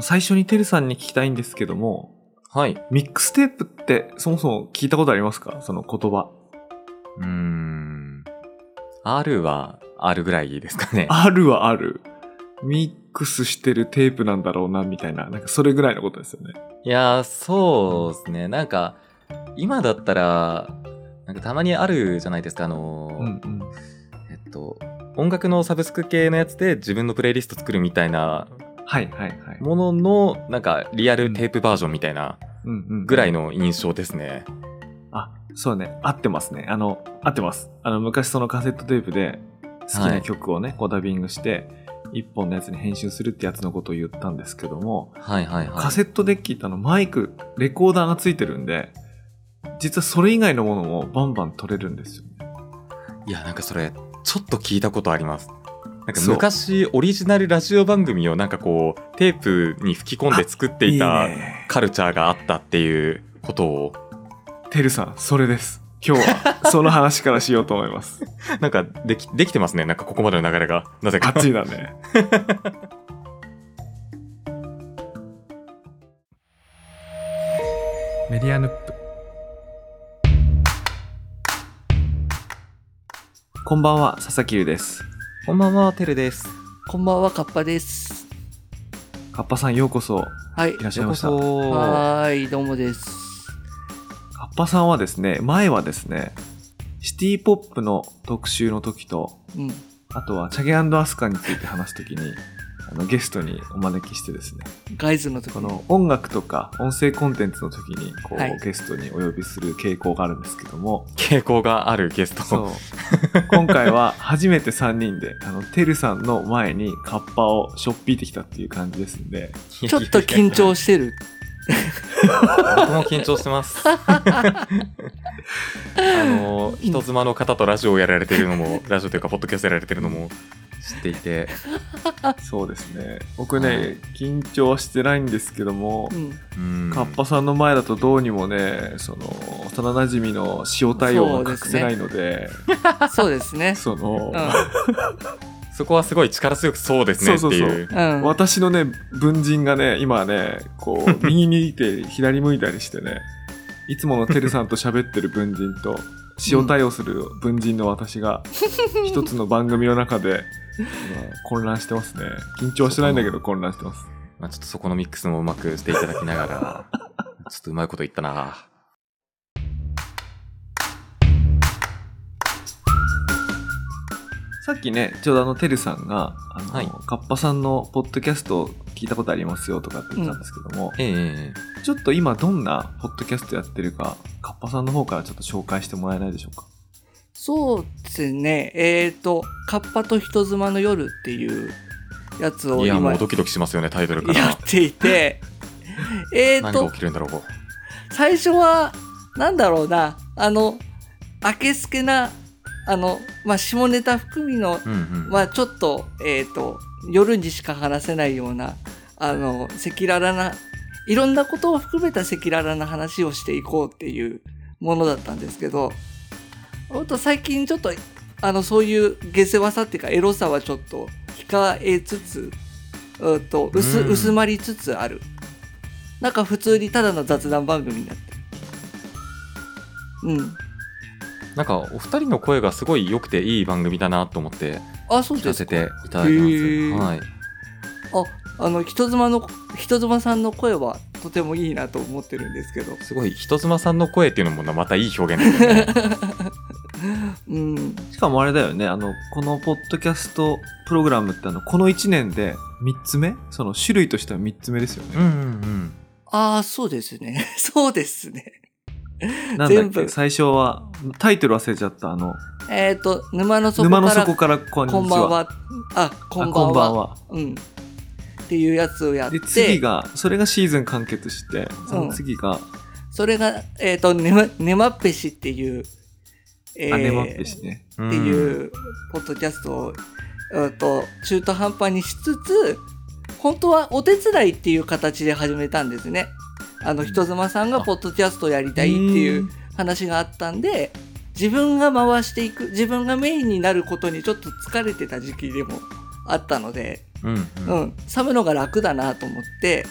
最初にてるさんに聞きたいんですけども、はい。ミックステープってそもそも聞いたことありますかその言葉。うーん。R は R ぐらいですかね。あるはある。ミックスしてるテープなんだろうな、みたいな。なんかそれぐらいのことですよね。いやー、そうですね。なんか、今だったら、なんかたまにあるじゃないですか。あのー、うん。えっと、音楽のサブスク系のやつで自分のプレイリスト作るみたいなはいはいはい。ものの、なんかリアルテープバージョンみたいなうんうん。ぐらい。いの印象ですね。あ、そうね。合ってますね。あの、合ってます。あの、昔そのカセットテープで好きな曲をね、こうダビングして、一本のやつに編集するってやつのことを言ったんですけども、はいはいはい。カセットデッキってあのマイク、レコーダーがついてるんで、実はそれ以外のものもバンバン取れるんですよね。いや、なんかそれ、ちょっと聞いたことあります。なんかそう昔、オリジナルラジオ番組をなんかこう、テープに吹き込んで作っていたいね。カルチャーがあったっていうことを、てるさん、それです。今日 はその話からしようと思います。なんかでき、できてますね。なんかここまでの流れが。なぜか。 熱いだ ね。メディアヌップ。こんばんは、佐々木優です。こんばんは、てるです。こんばんは、カッパです。かっぱさんようこそ。はい。いらっしゃいましたようこそはーい、どうもです。カッパさんはですね、前はですね、シティポップの特集の時と、うん。あとはチャゲアスカについて話す時に、あのゲストにお招きしてですね、ガイズの時この音楽とか音声コンテンツの時にこう、はいゲストにお呼びする傾向があるんですけども、傾向があるゲスそト。う 今回は初めて3人であのてるさんの前にカッパをしょっぴいてきたっていう感じですんでちちょっと緊張してる。僕も緊張して ます。あの 人妻の方とラジオをやられてるのも、ラジオというかポッドキャストやられてるのも知っていて、そうですね僕はねい緊張はしてないんですけどもう、ん。うんカッパさんの前だとどうにもねその幼なじみの塩対応が隠せないのでそうですね。その、うそこはすごい力強くそうですねってそうそうそういう。ん。うん。私のね文人がね今ねこう右にいて左向いたりしてねいつものてるさんと喋ってる文人と塩対応する文人の私が一つの番組の中で今混乱してますね緊張はしてないんだけど混乱してますまあちょっとそこのミックスもうまくしていただきながら、 ちょっとうまいこと言ったな。さっきねちょうどあのてるさんがあの、はいカッパさんのポッドキャスト聞いたことありますよとかって言ってたんですけども、えええちょっと今どんなポッドキャストやってるかカッパさんの方からちょっと紹介してもらえないでしょうかそうですね。えっ、ー、と、カッパと人妻の夜っていうやつえをいや、今もうやドキドキしますよね、タイトルから。っていて、えっ何がと起、きるんだろう。最初は、なんだろうな、あの、明けすけな、あの、まあ、下ネタ含みのうんうん。まあちょっと、えっ、と、夜にしか話せないような、あの、赤裸々な、いろんなことを含めた赤裸々な話をしていこうっていうものだったんですけど、ほんと最近ちょっと、あの、そういう下世話さっていうか、エロさはちょっと控えつつ、うーんと薄うん薄まりつつある。なんか普通にただの雑談番組になって。うん。なんか、お二人の声がすごい良くていい番組だなと思って、あ、そう聞でかすせか。ていただいてへーます。はい。あ、あの、人妻の、人妻さんの声はとてもいいなと思ってるんですけど。すごい、人妻さんの声っていうのもまたいい表現ですよね。 うん。しかもあれだよね、あの、このポッドキャストプログラムってあの、この1年で3つ目その種類としては3つ目ですようんね。うんああ、そうですね。 そうですね。なんだっ全け部最初は、タイトル忘れちゃった、あの、えっ、と、沼の底か沼のら、底からこんにちこは。んばんは。あ、こんばあんは。こんばんは。うん。っていうやつをやっで、て、次が、それがシーズン完結して、その次が、それが、えっ、と、ねま、ねまっぺしっていう、えーアネマッペしね。。うん。ってうん。いうポッドキャストを、うん、と中途半端にしつつ本当はお手伝いっていう形で始めたんですね。あの人妻さんがポッドキャストをやりたいっていううん話があったんで自分が回していく自分がメインになることにちょっと疲れてた時期でもあったのでうんううんん、サムのが楽だなと思って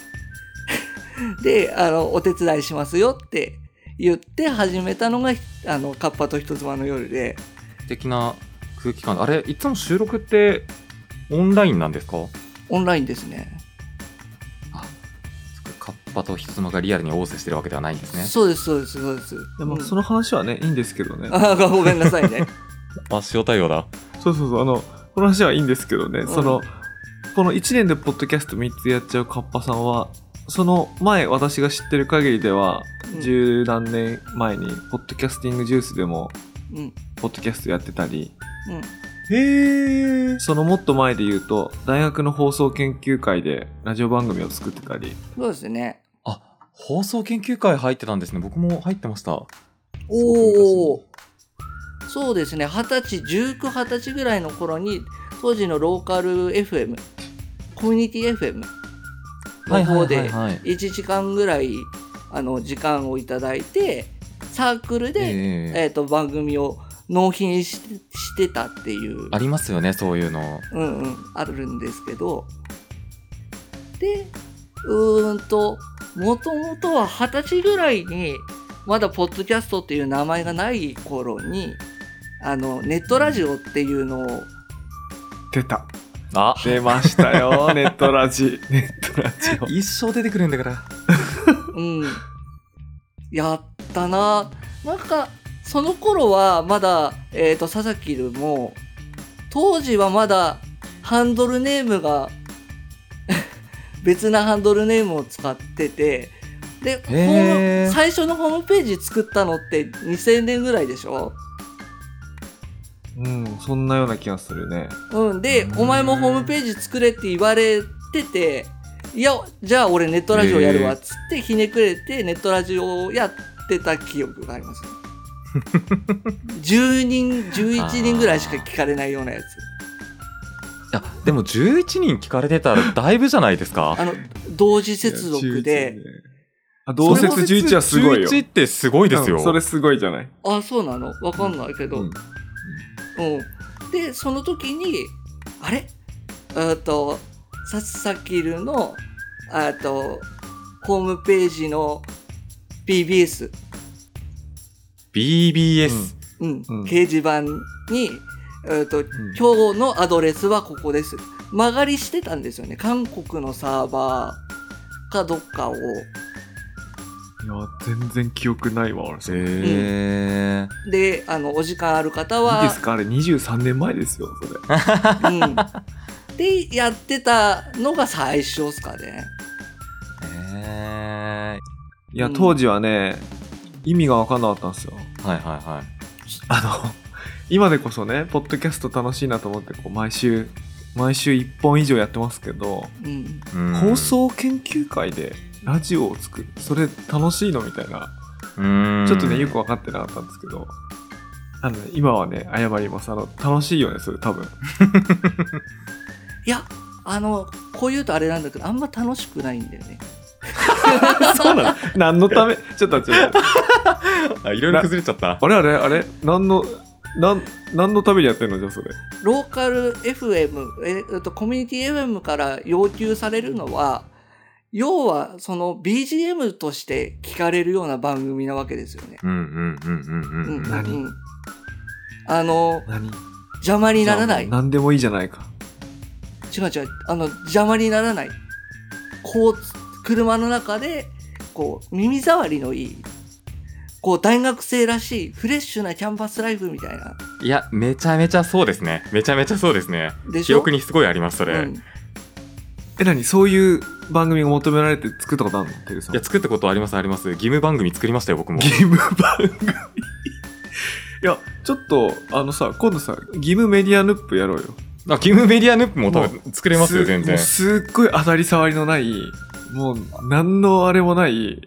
であのお手伝いしますよって言って始めたのがあのカッパと人妻の夜で的な空気感あれいつも収録ってオンラインなんですかオンラインですねカッパと人妻がリアルに応接してるわけではないんですねそうですそうですそうですでもうんその話はね、いいんですけどね。 あーごめんなさ いねあ塩対応だそうそうそう、あの、この話はいいんですけどね、んその、この1年でポッドキャスト3つやっちゃうカッパさんは、その前私が知ってる限りでは、うん十何年前に、ポッドキャスティングジュースでも、うんうんポッドキャストやってたり、へえ。そのもっと前で言うと、大学の放送研究会でラジオ番組を作ってたり、そうですねあ放送研究会入ってたんですね僕も入ってましたおおそうですね二十歳1920歳ぐらいの頃に当時のローカル FM コミュニティ FM の方で、はいはいはいはい1時間ぐらいあの時間をいただいてサークルえで、ええーと番組を納品ししてたっていうありますよねそういうのうんうん、あるんですけどでうーんともともとは二十歳ぐらいにまだポッドキャストっていう名前がない頃にあのネットラジオっていうのを出た。あ出ましたよ、ネットラジ。ネットラジオ。一生出てくるんだからうん。やったな。なんか、その頃はまだ、えっ、と、佐々木るも、当時はまだハンドルネームが、 別なハンドルネームを使ってて、で、ホーへーム最初のホームページ作ったのって2000年ぐらいでしょうん、そんなような気がするね。うん。でう、んお前もホームページ作れって言われてて、いや、じゃあ俺ネットラジオやるわっつってひねくれてネットラジオをやってた記憶があります、ね、10人、11人ぐらいしか聞かれないようなやつ。いやでも11人聞かれてたらだいぶじゃないですかあの、同時接続いや11で。。ねあ、 同説11はすごいよ。 11ってすごいですよ、うんそれすごいじゃない。あ、そうなのわかんないけど。うん。で、その時に、あれえっと、ささきるの、えっと、ホームページの BBS。 BBS、うん、うん掲示板に、えーと今日のアドレスはここです曲がりしてたんですよね韓国のサーバーかどっかをいや、全然記憶ないわ、俺。いへえ、であのお時間ある方いはですかあれ、23年前ですよ、それ。うん、でやってたのが最初っすかねへいや、うん当時はね、意味が分かんなかったんですよ。ーはいはいはいあの、 今でこそね、ポッドキャスト楽しいなと思って、こう、毎週、毎週1本以上やってますけど、うんうん放送研究会でラジオを作る。それ楽しいのみたいな。うんちょっとね、よく分かってなかったんですけど、あの、ね、今はね、謝ります。あの、楽しいよね、それ多分。 いやあのこう言うとあれなんだけどあんま楽しくないんだよねそうなの何のため、 ちょっと待って、ちょっと待ってあいろいろ崩れちゃったあれあれあれ何の、なん、何のためにやってんのじゃあそれ。ローカル FM、えーと、コミュニティ FM から要求されるのは、要はその BGM として聞かれるような番組なわけですよね。うんうんうんうんううんん、何うんあの、何邪魔にならない。違う何でもいいじゃないか。違う。あの、邪魔にならない。こう、車の中で、こう、耳障りのいい、こう、大学生らしい、フレッシュなキャンパスライフみたいな。いやめちゃめちゃそうですねめちゃめちゃそうですねでし記ょ憶にすごいありますそれ、うんいえ、何そういう番組が求められて作ったことあるのテルさん。や作ったことありますあります義務番組作りましたよ僕 も義務番組。いや、ちょっと、あのさ、今度さ、義務メディアヌップやろうよ。あ義務メディアヌップも多分作れますよす全もう然すっごい当たり障りのない、もう、何のあれもない、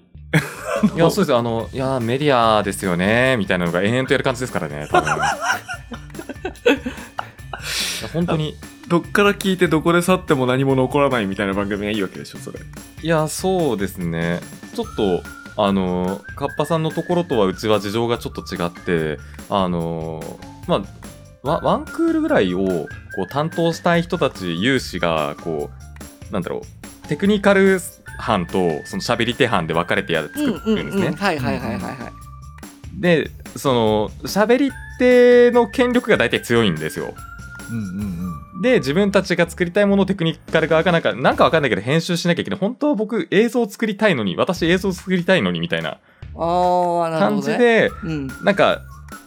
いやそうですあのいやメディアですよねみたいなのが延々とやる感じですからね 多分いや本当にどっから聞いてどこで去っても何も残らないみたいな番組がいいわけでしょ、それ。いやそうですねちょっとあのカッパさんのところとはうちは事情がちょっと違ってあのまあワワンクールぐらいをこう担当したい人たち有志がこうなんだろうテクニカル班とその喋り手班で分かれてやる作るんですね。はいはいはいはいはい。でその喋り手の権力が大体強いんですよ。うんうんうん。で自分たちが作りたいものをテクニカル側がなんかなんか分かんないけど編集しなきゃいけない本当は僕映像を作りたいのに私映像を作りたいのにみたいなああ、なる感ほど、じね。で。うん。なんか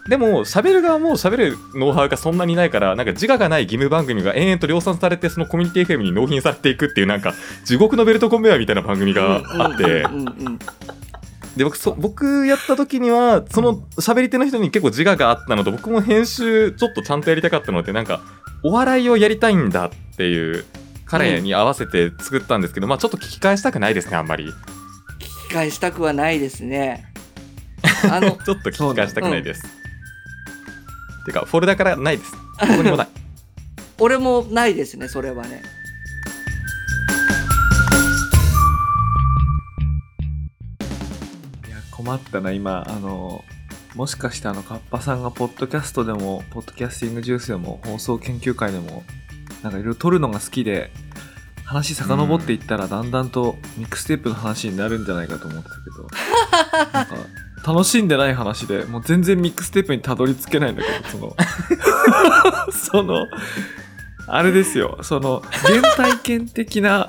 でも喋る側も喋るノウハウがそんなにないからなんか自我がない義務番組が延々と量産されてそのコミュニティ FM に納品されていくっていうなんか地獄のベルトコンベアみたいな番組があってうんうんうんうんで僕そ僕やった時にはその喋り手の人に結構自我があったのと僕も編集ちょっとちゃんとやりたかったのでなんかお笑いをやりたいんだっていう彼に合わせて作ったんですけど、まあちょっと聞き返したくないですねあんまり聞き返したくはないですね。 あの、ちょっと聞き返したくないです、てかフォルダからないですどこにも ない俺もないですね、それはね。いや困ったな今あのもしかしてあのカッパさんがポッドキャストでもポッドキャスティングジュースでも放送研究会でもなんかいろいろ撮るのが好きで話遡っていったらだんだんとミックステップの話になるんじゃないかと思ってたけどなんか楽しんでない話でもう全然ミックステップにたどり着けないんだけどその そのあれですよその原体験的な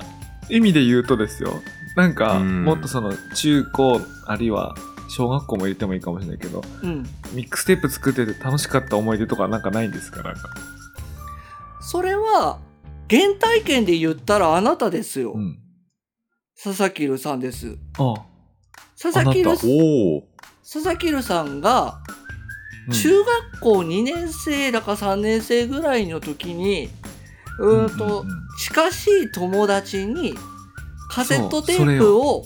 意味で言うとですよなんかうんもっとその中高あるいは小学校も入れてもいいかもしれないけどうん。ミックステップ作ってて楽しかった思い出とかなんかないんですかなんか、それは、原体験で言ったらあなたですよ。うん、佐々木留さんです。あ佐々木あ留なさんおお。佐々木留さんが、うん中学校2年生だか3年生ぐらいの時に、うーんと、近しい友達にカセットテープを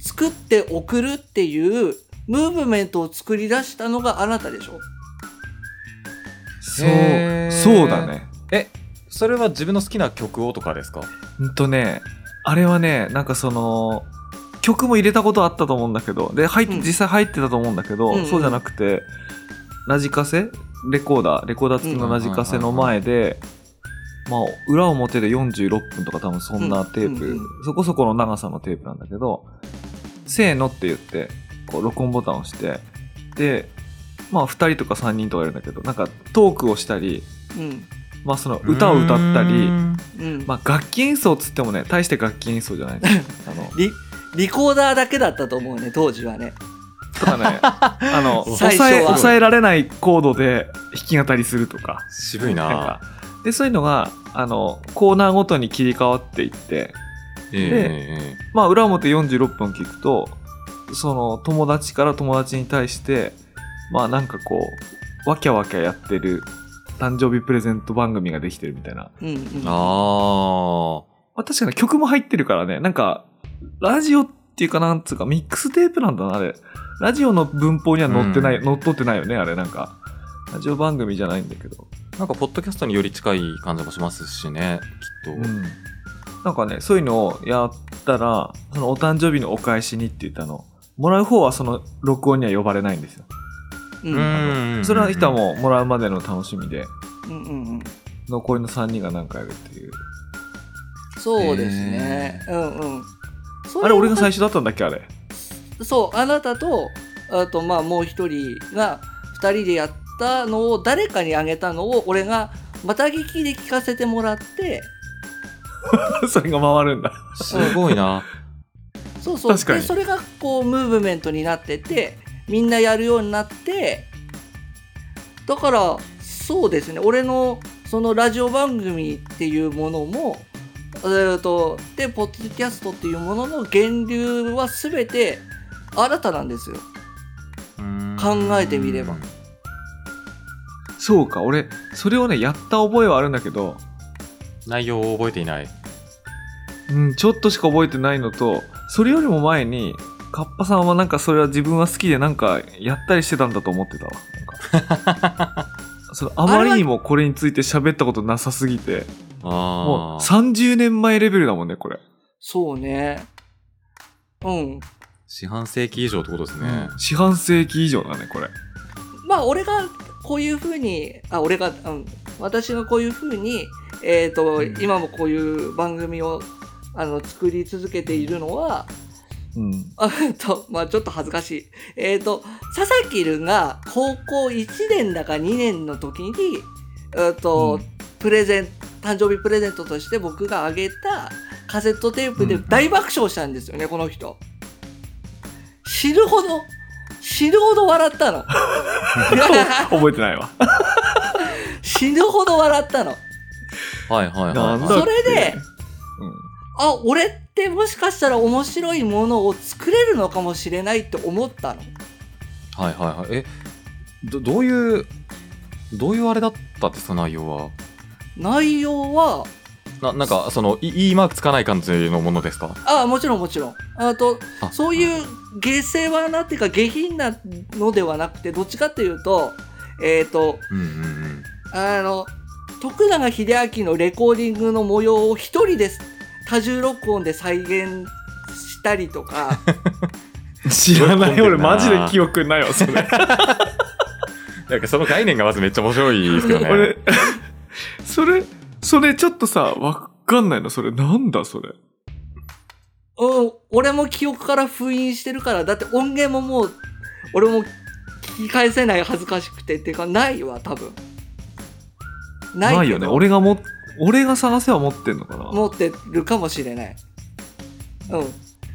作って送るっていうムーブメントを作り出したのがあなたでしょそうへーそうだねそれは自分の好きな曲をとかですかうんとねあれはねなんかその曲も入れたことあったと思うんだけどで入っうん実際入ってたと思うんだけど、うんうんそうじゃなくてラジカセレコーダーレコーダー付きのラジカセの前で、まあ、裏表で46分とか多分そんなテープ、うんうんうんそこそこの長さのテープなんだけど「せーの」って言ってこう録音ボタンを押してでまあ2人とか3人とかいるんだけどなんかトークをしたり、うん。まあ、その歌を歌ったり。うーんうん。まあ、楽器演奏っつってもね大して楽器演奏じゃないです あのリ、リコーダーだけだったと思うね、当時はね。とかねあの抑 最初はえ抑えられないコードで弾き語りするとか渋いなんなかでそういうのがあのコーナーごとに切り替わっていってえまあ裏表46分聞くとその友達から友達に対してまあなんかこうわきゃわきゃやってる誕生日プレゼント番組ができてるみたいなうんうん。ああまあ、確かに曲も入ってるからね、なんか、ラジオっていうかなんつうか、ミックステープなんだな、あれ。ラジオの文法には載ってない、うん載っとってないよね、あれ、なんか。ラジオ番組じゃないんだけど。なんかポッドキャストにより近い感じもしますしねきっと、うん。なんかね、そういうのをやったら、そのお誕生日のお返しにって言ったの、もらう方はその録音には呼ばれないんですよ。う。うんうんんそれは人はもうもらうまでの楽しみで、うんうん。残りの3人が何かやるっていう。そうですね。うんうん。そあれ、俺が最初初だったんだっけ、あれ。 そう、あなたと、あとまあもう一人が二人でやったのを誰かにあげたのを俺がまた聞きで聞かせてもらって、それが回るんだ。すごいなそうそう。確かにでそれがこうムーブメントになってて、みんなやるようになって、だからそうですね。俺のそのラジオ番組っていうものも、えー、とでポッドキャストっていうものの源流は全て新たなんですよ。考えてみればそうか、俺、それをね、やった覚えはあるんだけど、内容を覚えていないうん、ちょっとしか覚えてないのと、それよりも前に、カッパさんはなんかそれは自分は好きでなんかやったりしてたんだと思ってたわ。なんかそのあまりにもこれについて喋ったことなさすぎて、もうああ30年前レベルだもんね、これ。そうね。うん。四半世紀以上ってことですね、四半世紀以上だね、これ。まあ、俺がこういうふうに、あ、俺が、うん、私がこういうふうに、えっ、と、うん今もこういう番組を、あの、作り続けているのは、 うん。あえっと、まあちょっと恥ずかしい。えっ、と、佐々木るんが高校1年だか2年の時に、えっと、うんプレゼン、誕生日プレゼントとして僕があげたカセットテープでうん大爆笑したんですよね、この人。死ぬほど、死ぬほど笑っ たの。覚えてないわ。死ぬほど笑ったの。はいはいはいなんだっけそれで、うんあ、俺ってもしかしたら面白いものを作れるのかもしれないって思ったの。はいはいはいえどどういうどういうあれだったってその内容は内容は、ななんかそのいいいマークつかない感じのものですかあもちろんもちろん。あとあそういう下世話なっていうか下品なのではなくてどっちかっていうとえっ、とうんうんあの徳永英明のレコーディングの模様を一人です多重録音で再現したりとか知らない。よ俺く覚えてるなマジで記憶ないわ、それ。うんなんかその概念がまずめっちゃ面白いで すけどね俺、それ、それちょっとさ、わかんないの、それ。なんだ、それ。うん俺も記憶から封印してるからだって音源ももう俺も聞き返せない恥ずかしくてっていうかないわ多分ないけどないよね。俺がも、俺が探せは持ってんのかな。持ってるかもしれない。うん。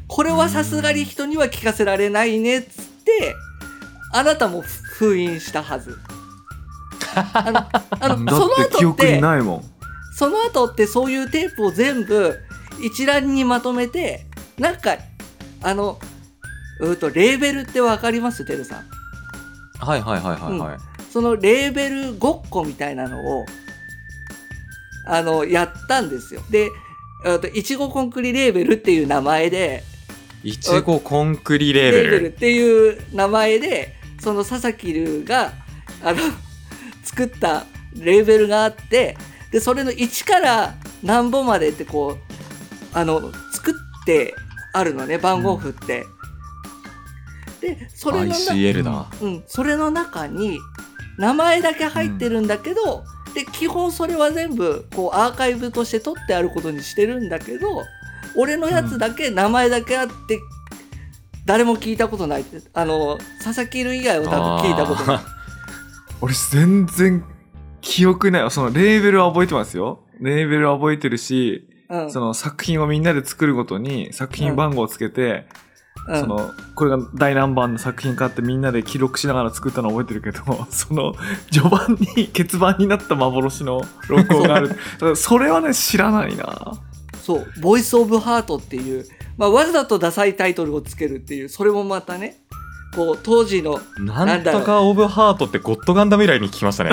これはさすがに人には聞かせられないねっつって、あなたも封印したはず。あの、あのだそのって記後っ憶にて、ないもん。その後ってそういうテープを全部一覧にまとめて、なんか、あの、うーと、レーベルってわかりますてるさん。はいはいはいはいはい、そのレーベルごっこみたいなのを、あの、やったんですよ。で、えっといちごコンクリレーベルっていう名前で、いちごコンクリレーベルっていう名前で、その佐々木流が、あの、作ったレーベルがあって、で、それの1から何本までってこう、あの、作ってあるのね、番号振って。で、それの中 ICL だ、うん、それの中に名前だけ入ってるんだけど、で基本それは全部こうアーカイブとして取ってあることにしてるんだけど俺のやつだけ名前だけあって、誰も聞いたことないってあの佐々木る以外は多分聞いたことない。あ俺全然記憶ないわそのレーベルは覚えてますよレーベルは覚えてるし、うんその作品をみんなで作るごとに作品番号をつけて、うんそのこれが大何番の作品かってみんなで記録しながら作ったのを覚えてるけど その序盤に欠番になった幻の録音が あるだからそれはね知らないなそう「ボイス・オブ・ハート」っていう、まあ、わざとダサいタイトルをつけるっていうそれもまたねこう当時 のーなんとかオブハートってゴッドガンダム以来に聞きましたね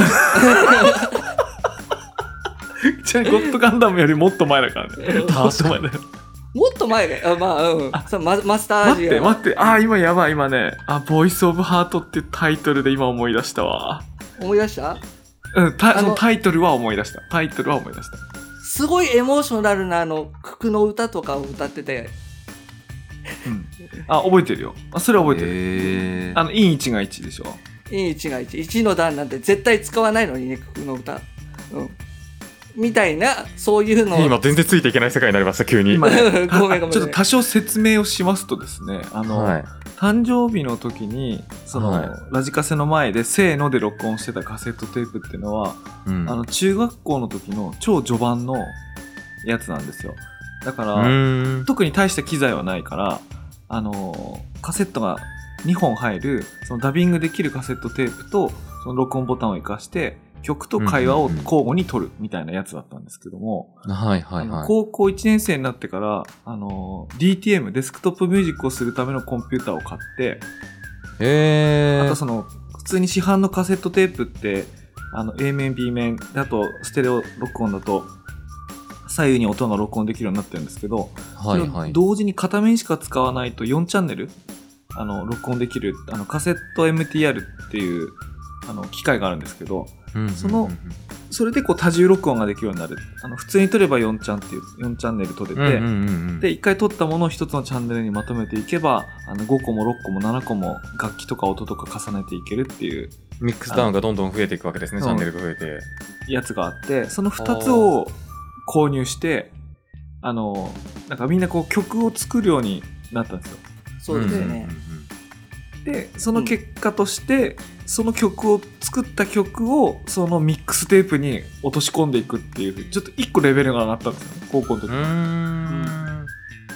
ちなみに「ゴッドガンダム」よりもっと前だからねもっと前だよもっと前であまあうんそうママスターア待っジアて待ってあー今やばい今ねあボイスオブハートってタイトルで今思い出したわ思い出したうん、たあのそのタイトルは思い出した。タイトルは思い出した。すごいエモーショナルなあの九九の歌とかを歌っててあ、覚えてるよ。あ、それは覚えてる。えあの、イン1が1でしょ。いい1が1 1の段なんて絶対使わないのにね九九の歌、うん、みたいなそういうのを今全然ついていけない世界になりました急に今ね ごめんごめんごめんあちょっと多少説明をしますとですね、あの、はい誕生日の時に、その、はいラジカセの前で、せーので録音してたカセットテープっていうのは、うんあの、中学校の時の超序盤のやつなんですよ。だから、うーん特に大した機材はないから、あのーカセットが2本入るそのダビングできるカセットテープとその録音ボタンを活かして曲と会話を交互に撮るみたいなやつだったんですけども、はいはあいのはい高校1年生になってから、あのー DTM デスクトップミュージックをするためのコンピューターを買ってえあーとその普通に市販のカセットテープってあの A 面 B 面だとステレオ録音だと左右に音が録音できるようになってるんですけど、はいはい同時に片面しか使わないと4チャンネルあの録音できるあのカセット MTR っていうあの機械があるんですけどそのそれでこう多重録音ができるようになるあの普通に撮れば4チャンっていう4チャンネル撮れて、でで1回撮ったものを1つのチャンネルにまとめていけばあの5個も6個も7個も楽器とか音とか重ねていけるっていうミックスダウンがどんどん増えていくわけですね、うんチャンネルが増えて。やつがあってその2つを購入してあのなんかみんなこう曲を作るようになったんですよそうですね。でその結果として、その曲を作った曲をそのミックステープに落とし込んでいくっていうちょっと1個レベルが上がったんですよね高校の時、うんうだん。うーん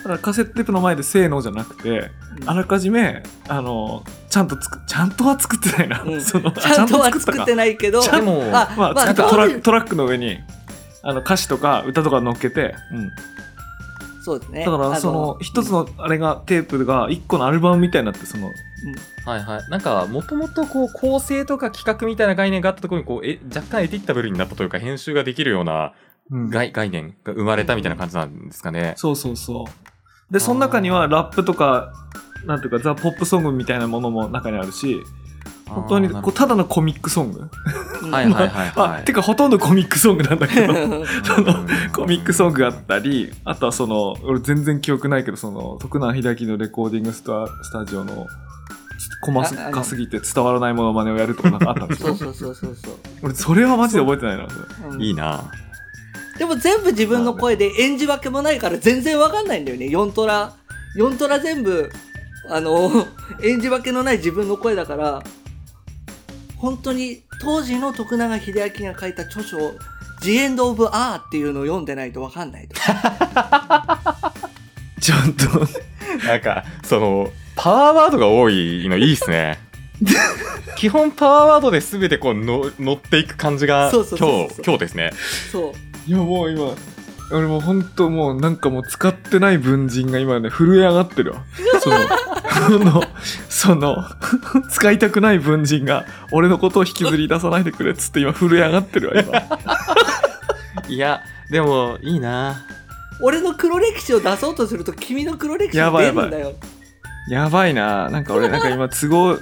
からカセットテープの前で「せーの」じゃなくてあらかじめあのちゃんとつくちゃんとは作ってないな、うんそのちゃんとはちゃんと作っかてないけど、ちゃでも、あまあ、まあなんかトどうラいうトラックの上にあの歌詞とか歌とか乗っけて、そうですね。だかあらその一つ、のあれがテープが一個のアルバムみたいになってそのはいはい。なんか、もともとこう、構成とか企画みたいな概念があったところに、こう、え、若干エディッタブルになったというか、編集ができるような概概念が生まれたみたいな感じなんですかね。そうそうそうでその中にはラップとかなんていうかザ・ポップソングみたいなものも中にあるし本当にあーなるこうほただのコミックソング、うんどはいはいはいはあい。てかほとんどコミックソングなんだけど そのうんコミックソングがあったりあとはその俺全然記憶ないけどその徳南秀明のレコーディングスタスタジオのちょっと細ああかのすぎて伝わらないものまねをやるとかなんかあったんです そうよそうそうそうそう。俺それはマジで覚えてないなうんいいなでも全部自分の声で演じ分けもないから全然わかんないんだよね。4トラ、4トラ全部、あの、 演じ分けのない自分の声だから、本当に当時の徳永英明が書いた著書、The End of R っていうのを読んでないとわかんないと。ちゃんとなんか、その、パワーワードが多いのいいっ すね。基本パワーワードで全てこうの乗っていく感じがそ今うそうそ日うそう今日ですね。そう。いやもう今俺もう本当もうなんかもう使ってない文人が今ね震え上がってるわそのそのその使いたくない文人が俺のことを引きずり出さないでくれっつって今震え上がってるわ今いやでもいいな俺の黒歴史を出そうとすると君の黒歴史やがばいや出るばいんだよ。やばいななんか俺なんか今都合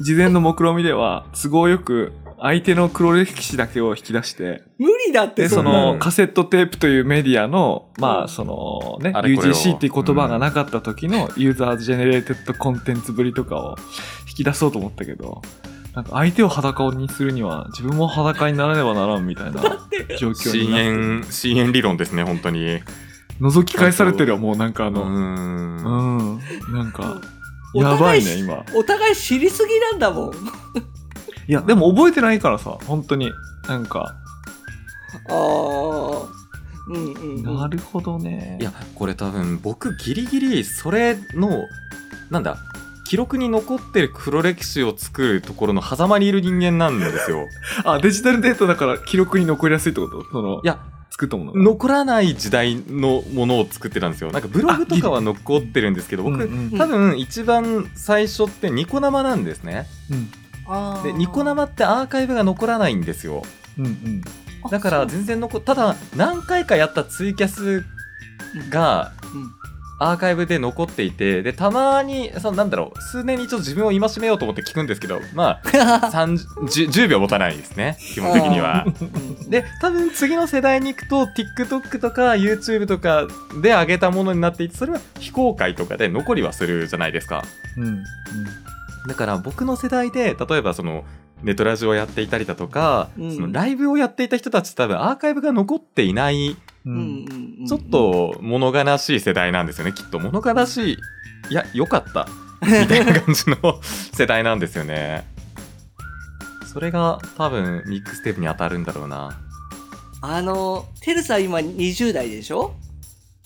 事前の目論見では都合よく相手の黒歴史だけを引き出して無理だってでそんなのうんカセットテープというメディアのまうあんそのねあれこれを UGC っていう言葉がなかった時のユーザージェネレーテッドコンテンツぶりとかを引き出そうと思ったけどなんか相手を裸にするには自分も裸にならねばならんみたいな状況にな深って淵深淵理論ですね本当に。覗き返されてるよもうなんかあう。のうんんなんかお互やばいねし今お互い知りすぎなんだもん。いやでも覚えてないからさ本当になんかああ。うんうん、うん。なるほどねいやこれ多分僕ギリギリそれのなんだ記録に残ってる黒歴史を作るところの狭間にいる人間なんですよ。あデジタルデータだから記録に残りやすいってことそのいや作ったものが残らない時代のものを作ってたんですよなんかブログとかは残ってるんですけど僕、うんうん多分一番最初ってニコ生なんですねうんあーでニコ生ってアーカイブが残らないんですようんうんだから全然残ただ何回かやったツイキャスがうんアーカイブで残っていてでたまにそのなんだろう数年にちょっと自分を戒めようと思って聞くんですけどまあ30 10秒持たないですね基本的には。で、で多分次の世代に行くと TikTok とか YouTube とかで上げたものになっていてそれは非公開とかで残りはするじゃないですかうんうんだから僕の世代で例えばそのネトラジオをやっていたりだとか、うんそのライブをやっていた人たちって多分アーカイブが残っていないうんうんうんうんうんちょっと物悲しい世代なんですよねきっと物悲しいいや良か ったみたいな感じの世代なんですよねそれが多分ミックステープに当たるんだろうなあのてるさん今20代でしょ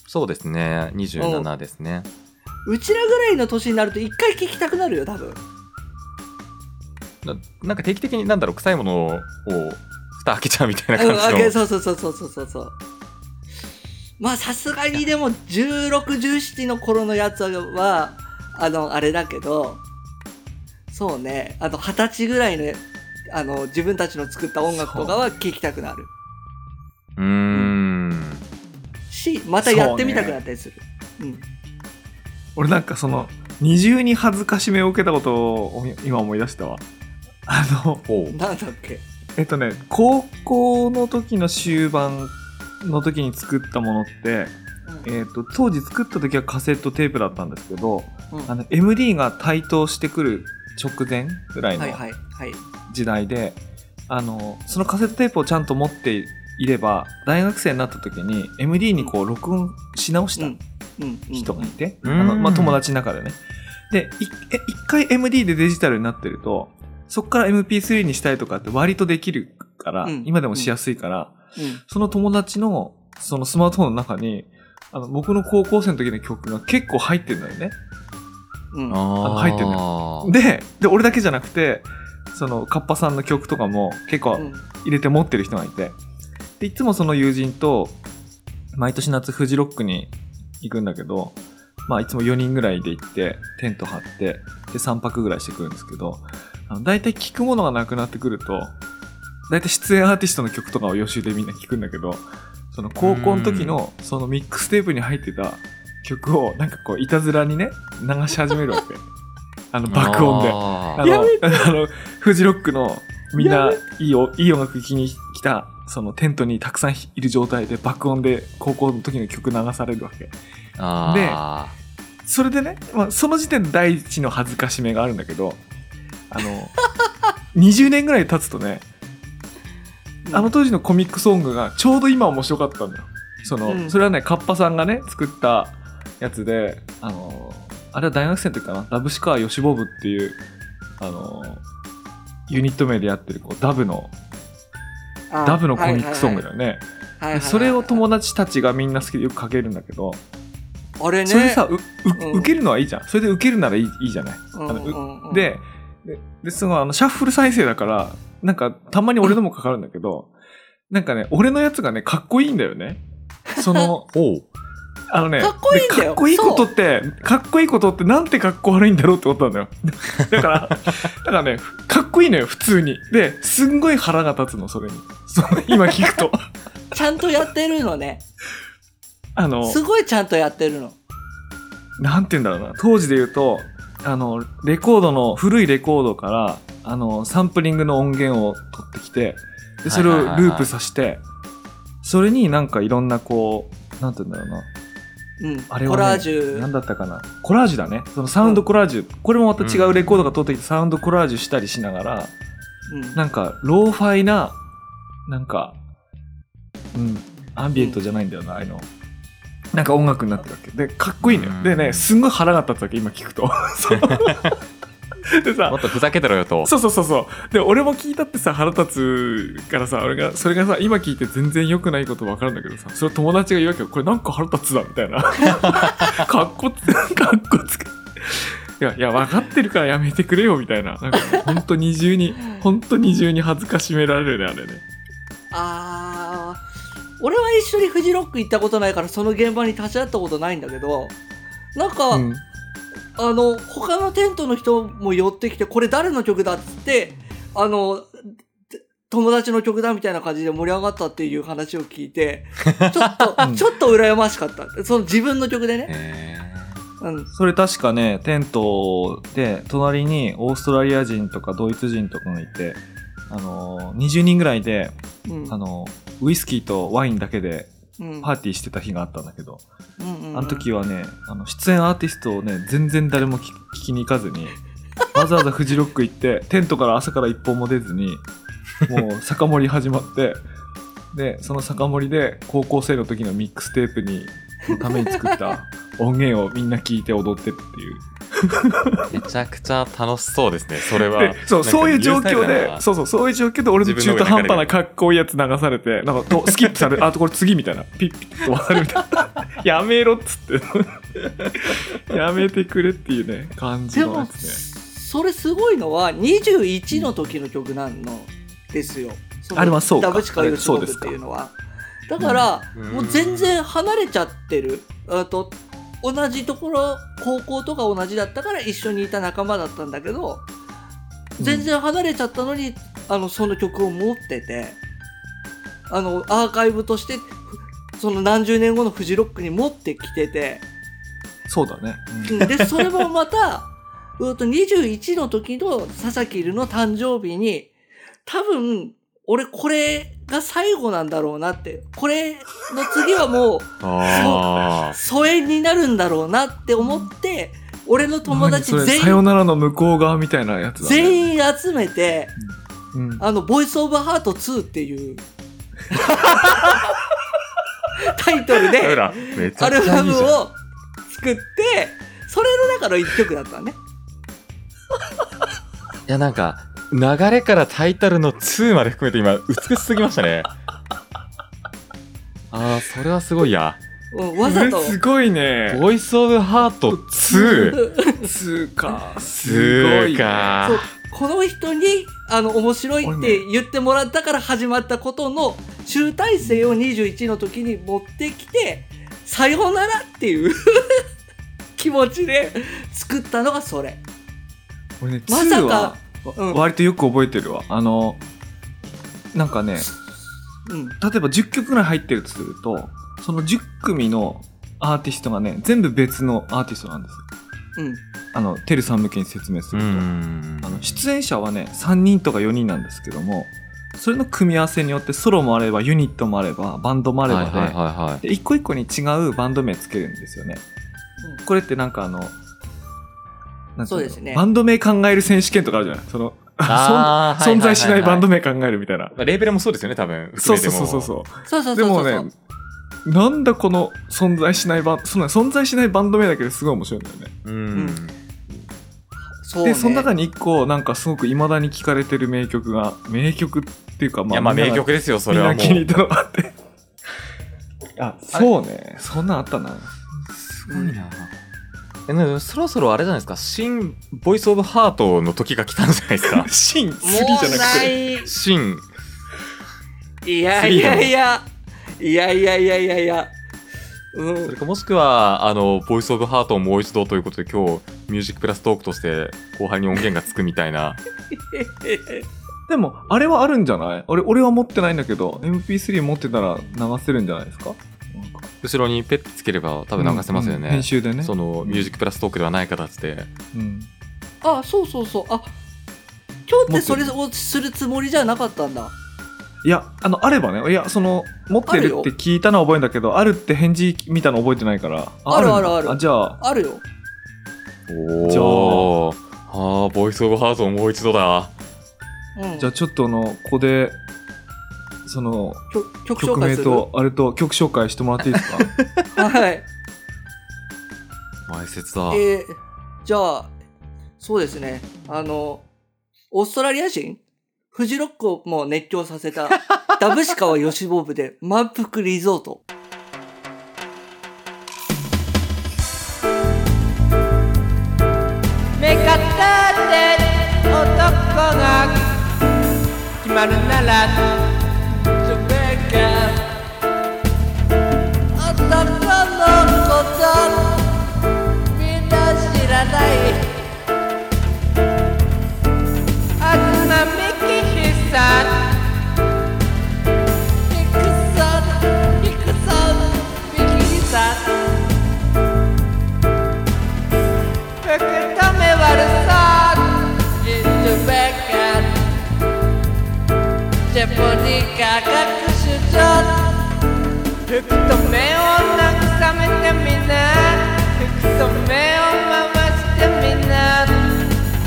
そうですね27ですねうちらぐらいの年になると一回聞きたくなるよ多分ななんか定期的になんだろう臭いものを蓋開けちゃうみたいなうんあ感じけのそうそうそうそうそうそうそうまあさすがにでも1617の頃のやつはあのあれだけどそうねあの二十歳ぐらいのあの自分たちの作った音楽とかは聞きたくなるうーんしまたやってみたくなったりするう,、俺なんかその二重に恥ずかしめを受けたことを今思い出したわあのほんなんだっけえっとね高校の時の終盤の時に作ったものって、えっと当時作った時はカセットテープだったんですけどうんあの MD が台頭してくる直前ぐらいのはいはいはい。時代で、あのそのカセットテープをちゃんと持っていれば大学生になった時に MD にこう録音し直したうんうん人がいて、うんあのうんまあ、友達の中でねでいえ一回 MD でデジタルになってるとそこから MP3 にしたいとかって割とできるから、うん今でもしやすいから、うんその友達のそのスマートフォンの中にあの僕の高校生の時の曲が結構入ってるのよねうんあ入ってんだのでで俺だけじゃなくてそのカッパさんの曲とかも結構うん入れて持ってる人がいてでいつもその友人と毎年夏フジロックに行くんだけど、まあ、いつも4人ぐらいで行ってテント張ってで3泊ぐらいしてくるんですけどあの大体聞くものがなくなってくると大体出演アーティストの曲とかを予習でみんな聞くんだけどその高校の時のそのミックステープに入ってた曲をなんかこういたずらにね流し始めるわけあの爆音で。あでの、あのフジロックのみんないいよいい音楽聴きに来た、そのテントにたくさんいる状態で爆音で高校の時の曲流されるわけ。あ、それでね、まあ、その時点で第一の恥ずかしめがあるんだけど、あの、20年ぐらい経つとね、あの当時のコミックソングがちょうど今面白かったんだよ。その、うんそれはね、カッパさんがね、作ったやつで、あの、あれは大学生の時かな、ダブシカワヨシボブっていう、あの、ユニット名でやってるこうダブの、あダブのコミックソングだはよね。いはいはいはいはいはいそれを友達たちがみんな好きでよくかけるんだけど、あれねそれでさ、うううん受けるのはいいじゃん。それで受けるならいいいいじゃない。うんうんうんで、で、でそのあの、シャッフル再生だから、なんか、たまに俺のもかかるんだけど、なんかね、俺のやつがね、かっこいいんだよね。その おうあのね、かっこいいんだよでかっこいいことって、かっこいいことってなんてかっこ悪いんだろうってことなん だよ。だから、だからね、かっこいいのよ、普通に。で、すんごい腹が立つの、それに。その今聞くと。ちゃんとやってるのねあの、すごいちゃんとやってるのなんて言うんだろうな当時で言うとあのレコードの古いレコードからあのサンプリングの音源を取ってきてでそれをはいはいはいはいループさせてそれになんかいろんなこうなんて言うんだろうなうんあれはねコラージ何ュだったかなコラージュだねそのサウンドコラージュ、これもまた違うレコードが取ってきてサウンドコラージュしたりしながらうんなんかローファイななんかうんアンビエントじゃないんだよな、ああいうのなんか音楽になってるわけでかっこいいのよ、うんでねすんごい腹が立つわけ今聞く とそうでもさっとふざけてろよと。そうそうそうそうで俺も聞いたってさ腹立つからさ俺がそれがさ今聞いて全然良くないこと分かるんだけどさそれ友達が言うわけよこれなんか腹立つだみたいなかっこつかっこつけいやいや分かってるからやめてくれよみたいななんかねほんと二重にほんと二重に恥ずかしめられるねあれねああ俺は一緒にフジロック行ったことないからその現場に立ち会ったことないんだけどなんか、うんあの他のテントの人も寄ってきてこれ誰の曲だっつってあのて友達の曲だみたいな感じで盛り上がったっていう話を聞いてちょっと、うんちょっと羨ましかったその自分の曲でね、へうん、それ確かねテントで隣にオーストラリア人とかドイツ人とかがいてあの20人ぐらいでうんあのウイスキーとワインだけでうんパーティーしてた日があったんだけど、うんうんうんあの時はねあの出演アーティストをね全然誰も聞聞きに行かずにわざわざフジロック行ってテントから朝から一本も出ずにもう酒盛り始まってでその酒盛りで高校生の時のミックステープにのために作った音源をみんな聞いて踊ってっていうーめちゃくちゃ楽しそうですね、それはで。 そうなんかそういう状況ニュースタイルだでなそうそうそういう状況で俺の中途半端な自分の上に流れるかっこいいやつ流されてなんかとスキップされるあとこれ次みたいなピッピッと渡るみたいな やめろっつって やめてくれっていうね感じでのもやつねそれすごいのは21の時の曲なんのですよそのあれはそうかダブチカヨシあノれブそうでっすかていうのはだから、うんもう全然離れちゃってるあと同じところ高校とか同じだったから一緒にいた仲間だったんだけど全然離れちゃったのに、あのその曲を持っててあのアーカイブとしてその何十年後のフジロックに持ってきてて。そうだね、うんうんでそれもまたうーんと21の時の佐々木るの誕生日に多分俺これが最後なんだろうなってこれの次はもうああ。疎遠になるんだろうなって思って、俺の友達何それ全さよ員ならの向こう側みたいなやつだ、ね、全員集めてうん、あの「ボイス・オブ・ハート2」っていうタイトルほでらめちアゃルくちゃバいいムじゃんを作ってそれの中の一曲だったのねいやなんか流れからタイトルの2まで含めて今美しすぎましたねああそれはすごいやうんわざとえすごいねボイスオブハート2つーかすごいかそう この人にあの面白いって言ってもらったから始まったことの集大成を21の時に持ってきて「さよなら」っていう 気持ちで作ったのがそれ。これねまツさーはか、うん割とよく覚えてるわあのなんかねうん、例えば10曲ぐらい入ってるとするとその10組のアーティストがね全部別のアーティストなんですようん、あのてるさん向けに説明すうると、んあの出演者はね3人とか4人なんですけどもそれの組み合わせによってソロもあればユニットもあればバンドもあればはいで,、はいはい はいで一個一個に違うバンド名つけるんですよね、うんこれってなんかあのなんていのそうですねバンド名考える選手権とかあるじゃないそのあーそん存在しないバンドは名考えるみたいな、ははレーベル もそうですよね多分そう含めてそうもそうそうそうそうそうそうそうでもね、なんだこの存在しないバンそんな存在しないバンド名だけですごい面白いんだよね。ううんんそうねで、その中に一個、なんかすごく未だに聴かれてる名曲が、名曲っていうか、いまあ、やまあみんな名が曲ですよそれはみんもな気に入っうたのがあ って。あ、そうね。そんなんあったな。すごいなえなんかそろそろあれじゃないですか新ボイスオブハートの時が来たんじゃない ですかシン3もじゃうなくて。ない新いやいやいやいやいやいやいやいやうそれんかもしくは、あの、ボイスオブハートをもう一度ということで、今日、ミュージックプラストークとして、後輩に音源がつくみたいな。でも、あれはあるんじゃない俺、俺は持ってないんだけど、MP3 持ってたら流せるんじゃないですか後ろにペッてつければ、多分流せますようんね。うん編集でね。その、ミュージックプラストークではない形で。うん。あそうそうそうあ今日ってそれをするつもりじゃなかったんだいや、あの、あればね、いや、その、持ってるあっるて聞いたのは覚えんだけど、あるって返事見たの覚えてないから。あるんだあるあるじゃあ、あるよおじゃー。ああ、ボイスオブハートをもう一度だ。うんじゃあちょっとあの、ここで、その、曲曲曲紹介名すると、あれと曲紹介してもらっていいですか はい前説だ。えーじゃあそうですねあのオーストラリア人フジロックをもう熱狂さ せたダブシカワヨシボブで満腹リゾート目方で男が決まるならそれが男のことみんな知らない東幹久ヒクソンヒクソンビキニさん福留悪そう in the back ジャポニカ学習長福留を慰めてみな福留を回してみあな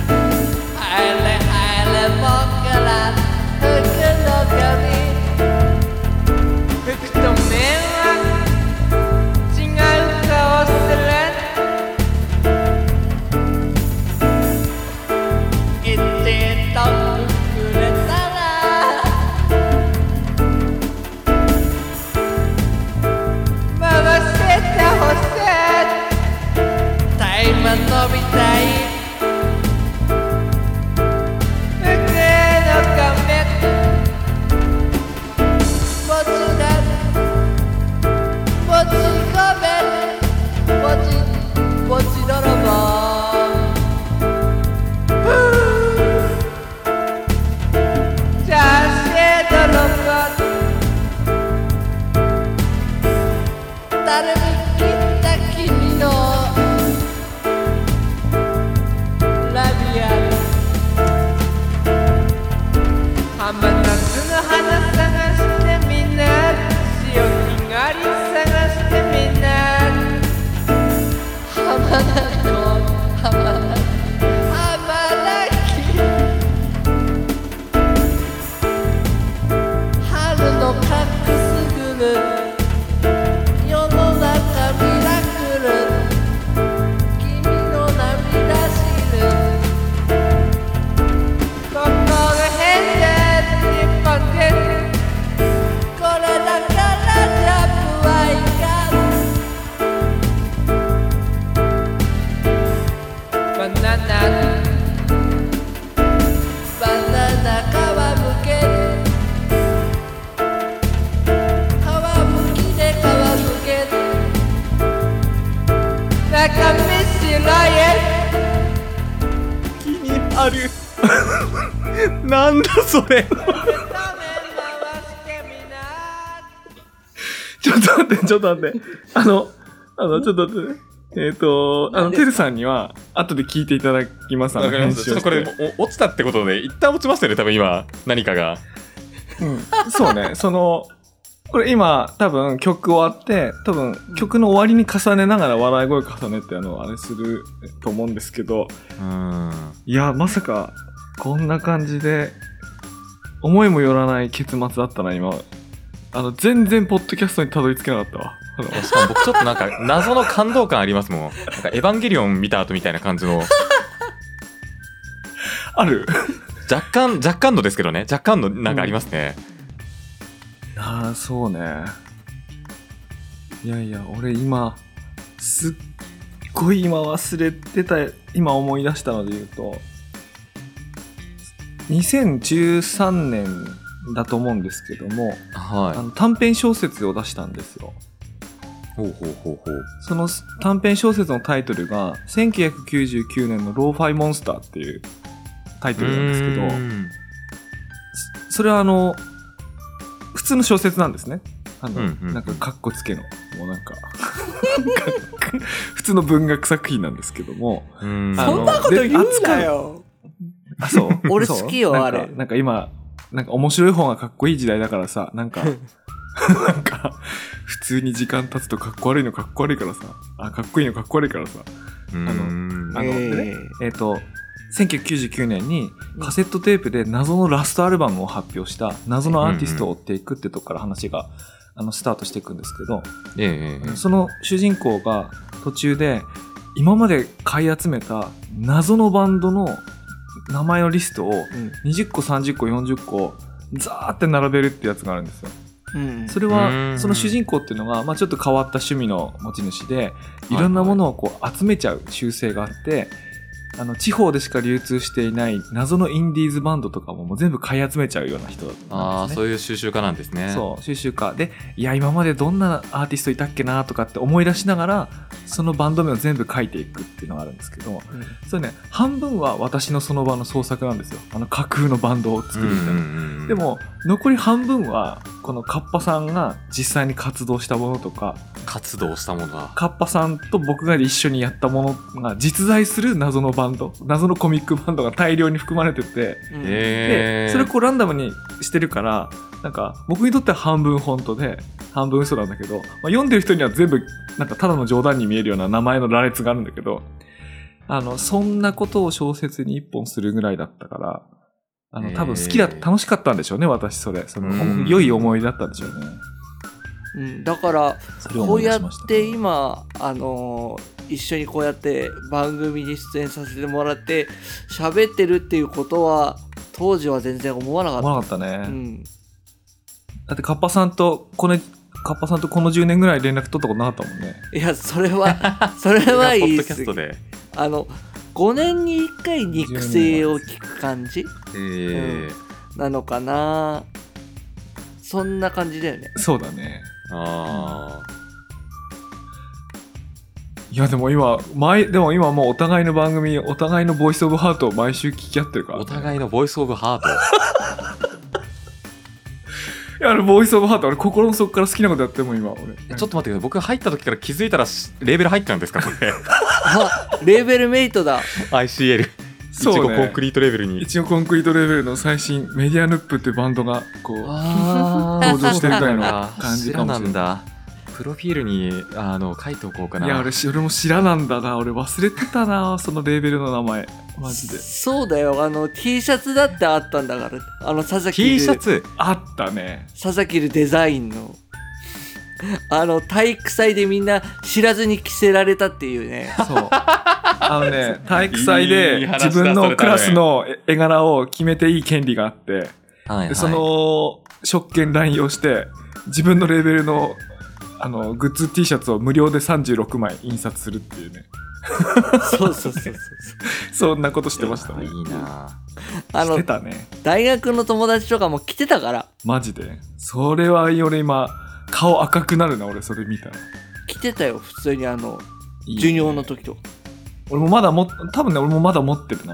れあれ僕ら服の髪福留は違う顔する一度くれたら回せてほしいタイマ伸びたい服の亀もちだもち米もちもち泥棒じゃあシェードの子誰に切った君のラビア浜夏の花探してみんな潮干狩り探してみんな浜名湖あるなんだそれ ちょっと待って、ちょっと待って。あの、あの、ちょっと待ってね。えっ、と、あの、何でてすかるさんには、後で聞いていただきます。あのわかりましたちょっとこれ編集をしお落ちたってことで一旦落ちましたよね多分今何かがてうんそうね、その、これ今、多分曲終わって、多分曲の終わりに重ねながら笑い声重ねて、あの、あれすると思うんですけど、うんいや、まさか、こんな感じで、思いもよらない結末だったな、今。あの、全然、ポッドキャストにたどり着けなかったわ。あのいやしかも僕ちょっとなんか謎の感動感ありますもんなんかエヴァンゲリオン見た後みたいな感じのある若干若干のですけどね若干のなんかありますね、ああ、そうね。いやいや、俺今、すっごい今忘れてた、今思い出したので言うと、2013年だと思うんですけども、あはの短編小説を出したんですよ。いほうほうほうほうその短編小説のタイトルが1999年の「ローファイモンスター」っていうタイトルなんですけどそそれはあの普通の小説なんですねあの、うんうんうんなんかカッコつけのもうなんか 普通の文学作品なんですけどもうーんあそのんなこと言うなよ。あ そう俺そう好きよなんかあれなんか今なんか面白い方がかっこいい時代だからさなん かなんか普通に時間経つとかっこ悪いのかっこ悪いからさあかっこいいのかっこ悪いからさうーんあのねええっ、と、1999年にカセットテープで謎のラストアルバムを発表した謎のアーティストを追っていくってとこから話が、あの、スタートしていくんですけど、ええええええその主人公が途中で、今まで買い集めた謎のバンドの名前のリストをうん20個、30個、40個、ザーって並べるってやつがあるんですよ。えうんそれうーはんその主人公っていうのが、まあ、ちょっと変わった趣味の持ち主でいろんなものをこう集めちゃう習性があって、あの地方でしか流通していない謎のインディーズバンドとかももう全部買い集めちゃうような人だったんですね。ああそういう収集家なんですねそう収集家でいや今までどんなアーティストいたっけなとかって思い出しながらそのバンド名を全部書いていくっていうのがあるんですけどそれね半分は私のその場の創作なんですよあの架空のバンドを作るみたいな。なでも残り半分はこのカッパさんが実際に活動したものとか活動したものがカッパさんと僕が一緒にやったものが実在する謎のバンド謎のコミックバンドが大量に含まれててうんでええそれをこうランダムにしてるからなんか僕にとっては半分本当で半分嘘なんだけど、まあ、読んでる人には全部なんかただの冗談に見えるような名前の羅列があるんだけどあのそんなことを小説に一本するぐらいだったからあへのー多分好きだ楽しかったんでしょうね私それそのうん良い思い出だったんでしょうねうんだからそれをこ思うい出やしましったて今あのー一緒にこうやって番組に出演させてもらって喋ってるっていうことは当時は全然思わなか思っわなかったね、た。うんだってカッパさんとこのカッパさんとこの10年ぐらい連絡取ったことなかったもんねいやそれ はそれそれがはポ言ッいドキャス過トぎであの5年に1回肉声を聞く感じええなのかなそんな感じだよねそうだねあいやでも今前でも今もうお互いの番組お互いのボイスオブハートを毎週聞き合ってるかあらね、お互いのボイスオブハートいやあれボイスオブハート俺心の底から好きなことやってるもん今俺えちょっと待ってください僕入った時から気づいたらしレーベル入っちゃうんですかこ れあレーベルメイトだ ICL いちそうごコねンクリートレーベルに一応コンクリートレベルの最新メディアヌップっていうバンドがこう 登場してるみたいな感じかもあしれ知らなんないだプロフィールにあの書いておこうかないや俺し俺も知らなんだな俺忘れてたなそのレーベルの名前マジでそうだよあの T シャツだってあったんだからあの佐々木 T シャルツあったね佐々木ルデザインのあの体育祭でみんな知らずに着せられたっていうねそう。あの ね、体育祭でいい話だ自分のクラスの絵柄を決めていい権利があって、はいはでいその職権乱用して、自分のレベルのあのグッズ T シャツを無料で36枚印刷するっていうね、そうそうそうそうそんなことしてましたねあ。いいなあしのてたね。大学の友達とかも着てたからマジで。それは俺今、顔赤くなるな、俺それ見たら。着てたよ普通にあのいい授業の時とか俺もまだも、多分ね、俺もまだ持ってるな。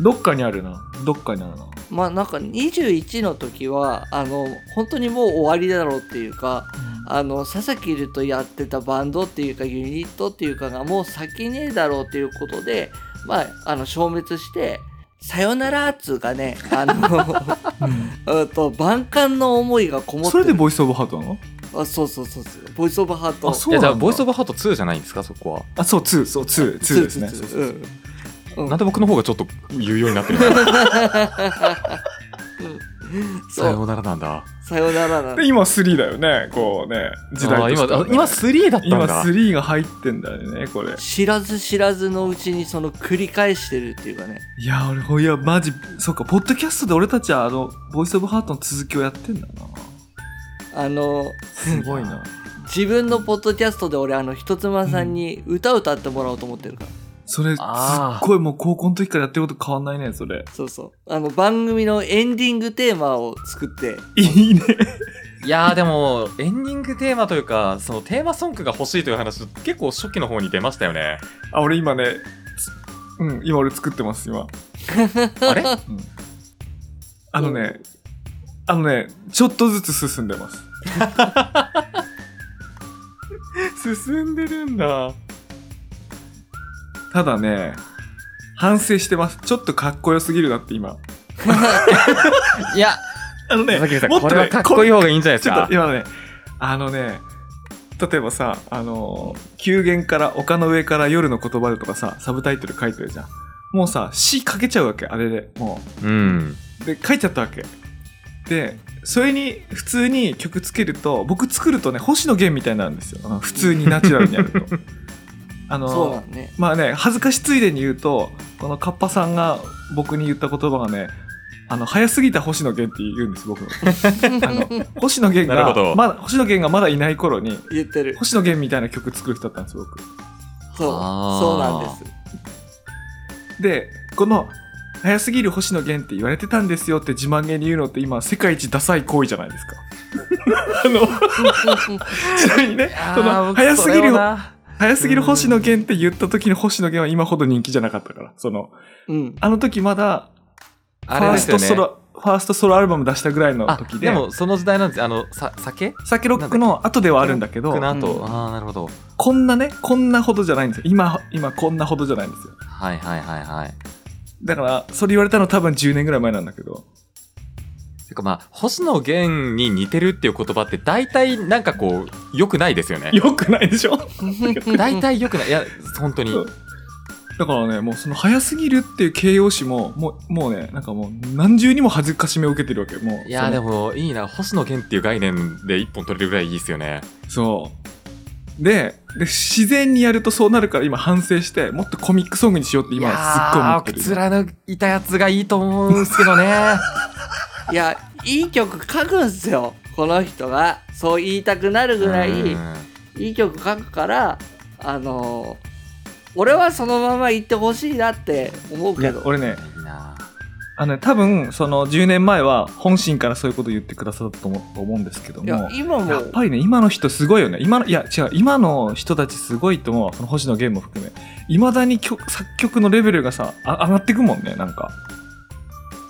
どっかにあるな。どっかにあるな。まあなんか21の時はあの本当にもう終わりだろうっていうかあの佐々木るとやってたバンドっていうかユニットっていうかがもう先ねえだろうっていうことでまああの消滅して「さよなら」っつうかねあの うんと万感の思いがこもってそれでボイスオブハートなのあそうそうそうそうボイスオブハートあ、そういやなんじゃだ。あボイスオブハート2じゃないんですかそこは、あ、そう、2、そう、2、2ですね。ツーそうそツーツうそうーうんなんで僕の方がちょっと言うようになってる んだうんさそよううならなんださよならなんだで今3だよね、こうね、時代あとー今してはねあ今3だったん今だ3が入ってんだよね、これ。知らず知らずのうちにその繰り返してるっていうかねいや、俺、ほいや、マジ、そっか、ポッドキャストで俺たちは、あの、ボイスオブハートの続きをやってんだな。あのすごいな。自分のポッドキャストで俺あの人妻さんに歌歌ってもらおうと思ってるから、それ、すっあーごいもう高校の時からやってること変わんないね、それ。そうそうあの番組のエンディングテーマを作っていいね。いやーでもエンディングテーマというかそのテーマソングが欲しいという話結構初期の方に出ましたよ ねあ、俺今ね、つうん、今俺作ってます、今。 あれあのね、あのね、ちょっとずつ進んでます。 進んでるんだただね、反省してます。ちょっとかっこよすぎるなって今。 いやあのね、佐々木さんもっことれはね、かっこいい方がいいんじゃないですちょっかと今ね、あのね、例えばさ、あのー、急弦から丘の上から夜の言葉でとかさ、サブタイトル書いてるじゃん。もうさ、詩書けちゃうわけ、あれで。もうんう。で、書いちゃったわけ。で、それに、普通に曲つけると、僕作るとね、星野源みたいになるんですよ。あの普通にナチュラルにや ると。あのーそうなんねまあね、恥ずかしついでに言うと、このカッパさんが僕に言った言葉がね、あの、早すぎた星野源って言うんです、僕の。あの星野源なるが、ほどまだ、星野源がまだいない頃に、 言ってる星野源みたいな曲作る人だったんです、僕。そうあーそうなんですで、この、早すぎる星野源って言われてたんですよって自慢げに言うのって今、世界一ダサい行為じゃないです か。あの、 ちなみにね、その、早すぎる、早すぎる星野源って言った時の星野源は今ほど人気じゃなかったから、その、うんあの時まだ、あフれァーでスすトよソねロ、ファーストソロアルバム出したぐらいのあ時で、でもその時代なんですあのさ酒酒ロックの後ではあるんだけどの、後、うんああなるほどこんなね、こんなほどじゃないんですよ。今、今こんなほどじゃないんですよ。はいはいはいはいだから、それ言われたの多分10年ぐらい前なんだけど、てかまあ星野源に似てるっていう言葉って大体なんかこう良くないですよね よくないで しょ大体良くないいや本当にそうだからね、もうその早すぎるっていう形容詞も、もう、もうね、なんかもう何重にも恥ずかしめを受けてるわけ。もう、いやーでそのもいいな星野源っていう概念で一本取れるぐらいいいですよねそう。で、で、自然にやるとそうなるから今反省して、もっとコミックソングにしようって今すっごい思ってる。いやー貫いたやつがいいと思うんですけどねいやいい曲書くんすよこの人がそう言いたくなるぐらいうんいい曲書くからあの俺はそのまま言ってほしいなって思ういけやど俺ね、いいなあのね、多分その10年前は本心からそういうことを言ってくださったと思と思うんですけどもいやや今もっぱりね今の人すごいよね今のいや違う今の人たちすごいと思うその星野源も含めいまだに曲作曲のレベルがさあ上がってくもんねなんか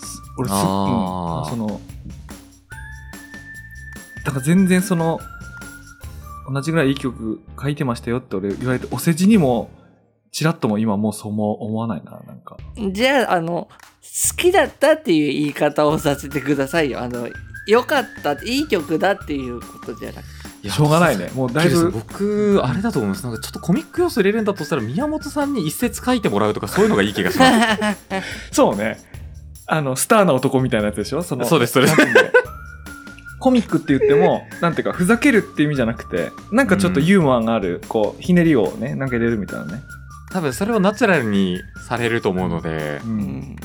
す俺す、うん、あーそのだから全然その同じぐらいいい曲書いてましたよって俺言われてお世辞にもちらっとも今もうそうも思わないななんかじゃあ、あの、好きだったっていう言い方をさせてくださいよ。あの、良かった、いい曲だっていうことじゃなくて。いやしょうがないねもうだいぶ僕あれだと思いますなんかちょっとコミック要素入れるんだとしたら宮本さんに一節書いてもらうとかそういうのがいい気がしますそうね。あの、スターな男みたいなやつでしょそのそうですそうですなんていうんだろうコミックって言っても、なんていうか、ふざけるって意味じゃなくて、なんかちょっとユーモアがある、こう、ひねりをね、なんか入れるみたいなね。 多分それをナチュラルにされると思うのでう。うんん。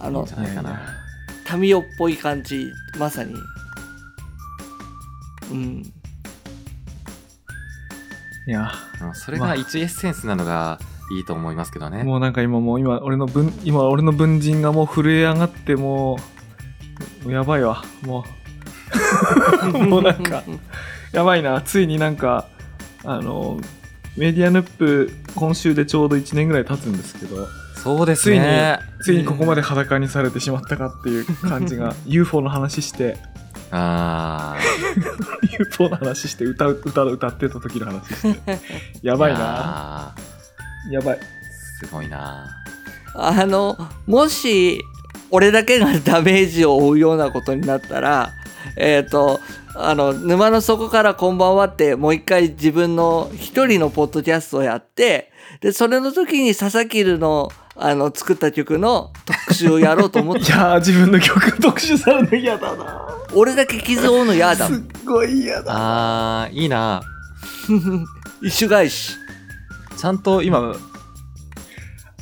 あいいんのじ、ゃないかいなやいや民謡っぽい感じ、まさに。うん。いや、うんそれが一エッセンスなのがいいと思いますけどねもうなんか今もう、今、俺の分、今、俺の文人がもう震え上がって、もう、もうやばいわ、もう。もうなん か、やばいな、ついになんか、あの、メディアヌップ、今週でちょうど1年ぐらい経つんですけど、そうですついにね。ついにここまで裸にされてしまったかっていう感じが UFO の話してあ UFO の話して歌う歌歌ってた時の話してやあ。ばいいなやーやばいすごいな。あの、もし、俺だけがダメージを負うようなことになったら、えっ、と、あの、沼の底からこんばんはって、もう一回自分の一人のポッドキャストをやって、で、それの時に佐々木ルの、あの、作った曲の特集をやろうと思っいて、やー自分の曲特集されるの嫌だな俺だけ傷を負うの嫌だす。っごい嫌だあー、いいな。 一緒返し。ちゃんと今、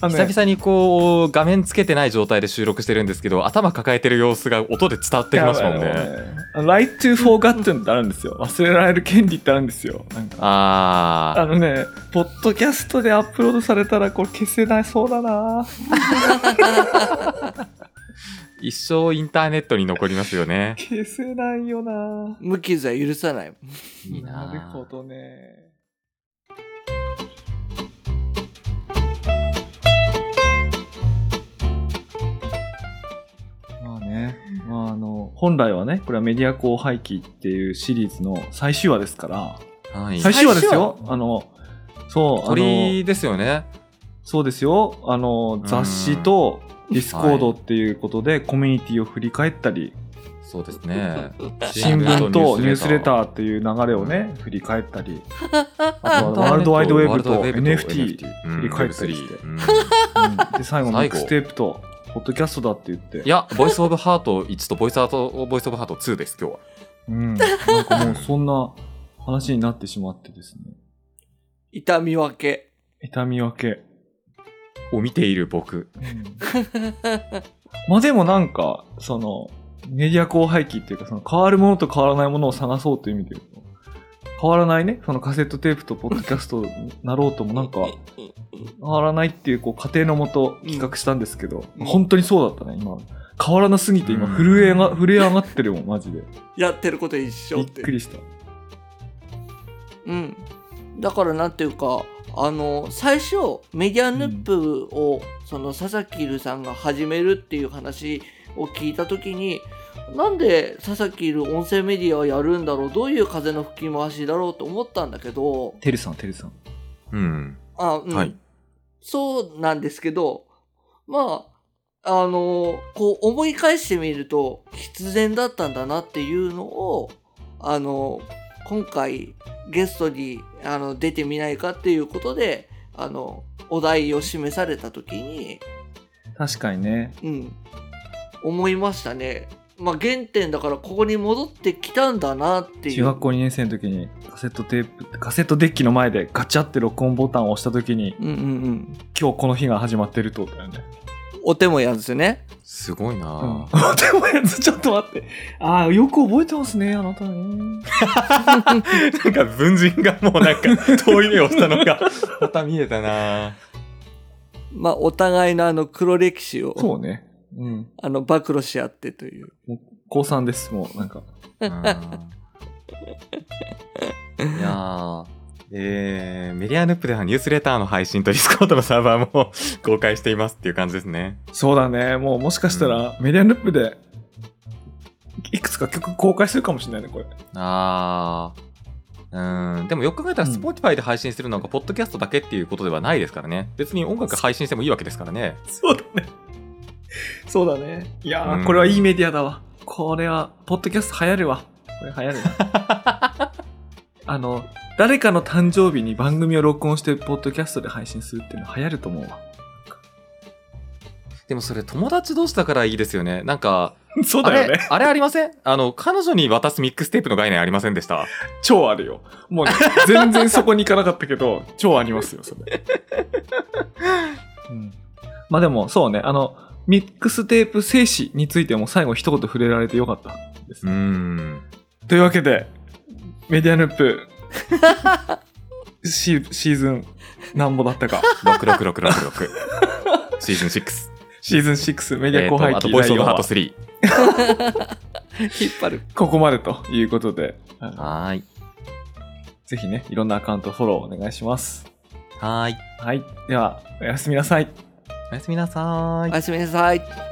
あのね久々にこう、画面つけてない状態で収録してるんですけど、頭抱えてる様子が音で伝わってきますもんね。あの Right to Forgotten ってあるんですよ。忘れられる権利ってあるんですよ。なんかああのね、ポッドキャストでアップロードされたらこれ消せないそうだなー、一生インターネットに残りますよね。消せないよな無傷は許さない。いいな。なるほどね。まあね、まああの、本来はね、これはメディア後廃棄っていうシリーズの最終話ですから、はい。最終話ですよ。あの、そう、あの鳥、ですよね。そうですよ。あのん、雑誌とディスコードっていうことで、コミュニティを振り返ったり、そうですね。新聞とニュースレター。ーっていう流れをね、振り返ったり、ああととはワールドワイドウェブとワールドワイドウェブと NFT、うん振り返ったりして Web3 うんうんで最後ミックステープとポッドキャストだって言っていや、ボイスオブハート1とボイスアート、ボイスオブハート2です、今日は。うん、なんかもうそんな話になってしまってですね痛み分け。痛み分け、を見ている僕。まあでもなんかそのメディア後廃棄っていうかその変わるものと変わらないものを探そうという意味で言うと変わらないねそのカセットテープとポッドキャストになろうともなんか変わらないっていうこう家庭のもと企画したんですけど、うん本当にそうだったね今変わらなすぎて今震えが震え上がってるもんマジでやってること一緒びっ。ってくりしたうん、だからなんていうかあの最初メディアヌップを、その佐々木留さんが始めるっていう話を聞いた時になんで佐々木留音声メディアをやるんだろうどういう風の吹き回しだろうと思ったんだけどてるさんてるさんうん。あ、うんはいそうなんですけどまああのこう思い返してみると必然だったんだなっていうのをあの今回ゲストにあの出てみないかっていうことであのお題を示された時に、確かにねうん、思いましたね。まあ原点だからここに戻ってきたんだなっていう。中学校2年生の時にカセットテープカセットデッキの前でガチャって録音ボタンを押した時にうんうんうん。今日この日が始まってるってことだよね。お手もやんですよね。すごいなぁ でもやつちょっと待ってああよく覚えてますねあなたね。なんか文人がもうなんか遠い目をしたのが、また見えたなぁまあお互いのあの黒歴史を。そうね。うん。あの、暴露し合ってという。高3ですもうなんか。うんいやーえー、メディアヌップではニュースレターの配信とディスコードのサーバーも公開していますっていう感じですね。そうだねもうもしかしたらメディアループでいくつか曲公開するかもしれないねこれ。あー。うん、でもよく考えたらうん Spotify で配信するのがポッドキャストだけっていうことではないですからね別に音楽配信してもいいわけですからね そうだね。そうだね。いやー、うんこれはいいメディアだわ。これは、ポッドキャスト流行るわ。これ流行るな。 あの、誰かの誕生日に番組を録音して、ポッドキャストで配信するっていうの流行ると思うわ。でもそれ友達同士だからいいですよねなんか そうあれ。あれありませんあの彼女に渡すミックステープの概念ありませんでした超あるよ。もうね、全然そこに行かなかったけど、超ありますよ、それ。 うん、まあでも、そうね、あの、ミックステープ静止についても最後一言触れられてよかったですう。んというわけで、メディアヌップシ、シーズン、なんぼだった か。 66666シーズン6 シーズン6、メディえアー後と輩あと期ボイ第スオ4ブハート話、 3引っ張る。ここまでということで、あのはーいぜひね、いろんなアカウントフォローお願いします。はーいはい。では、おやすみなさい。おやすみなさーいおやすみなさい。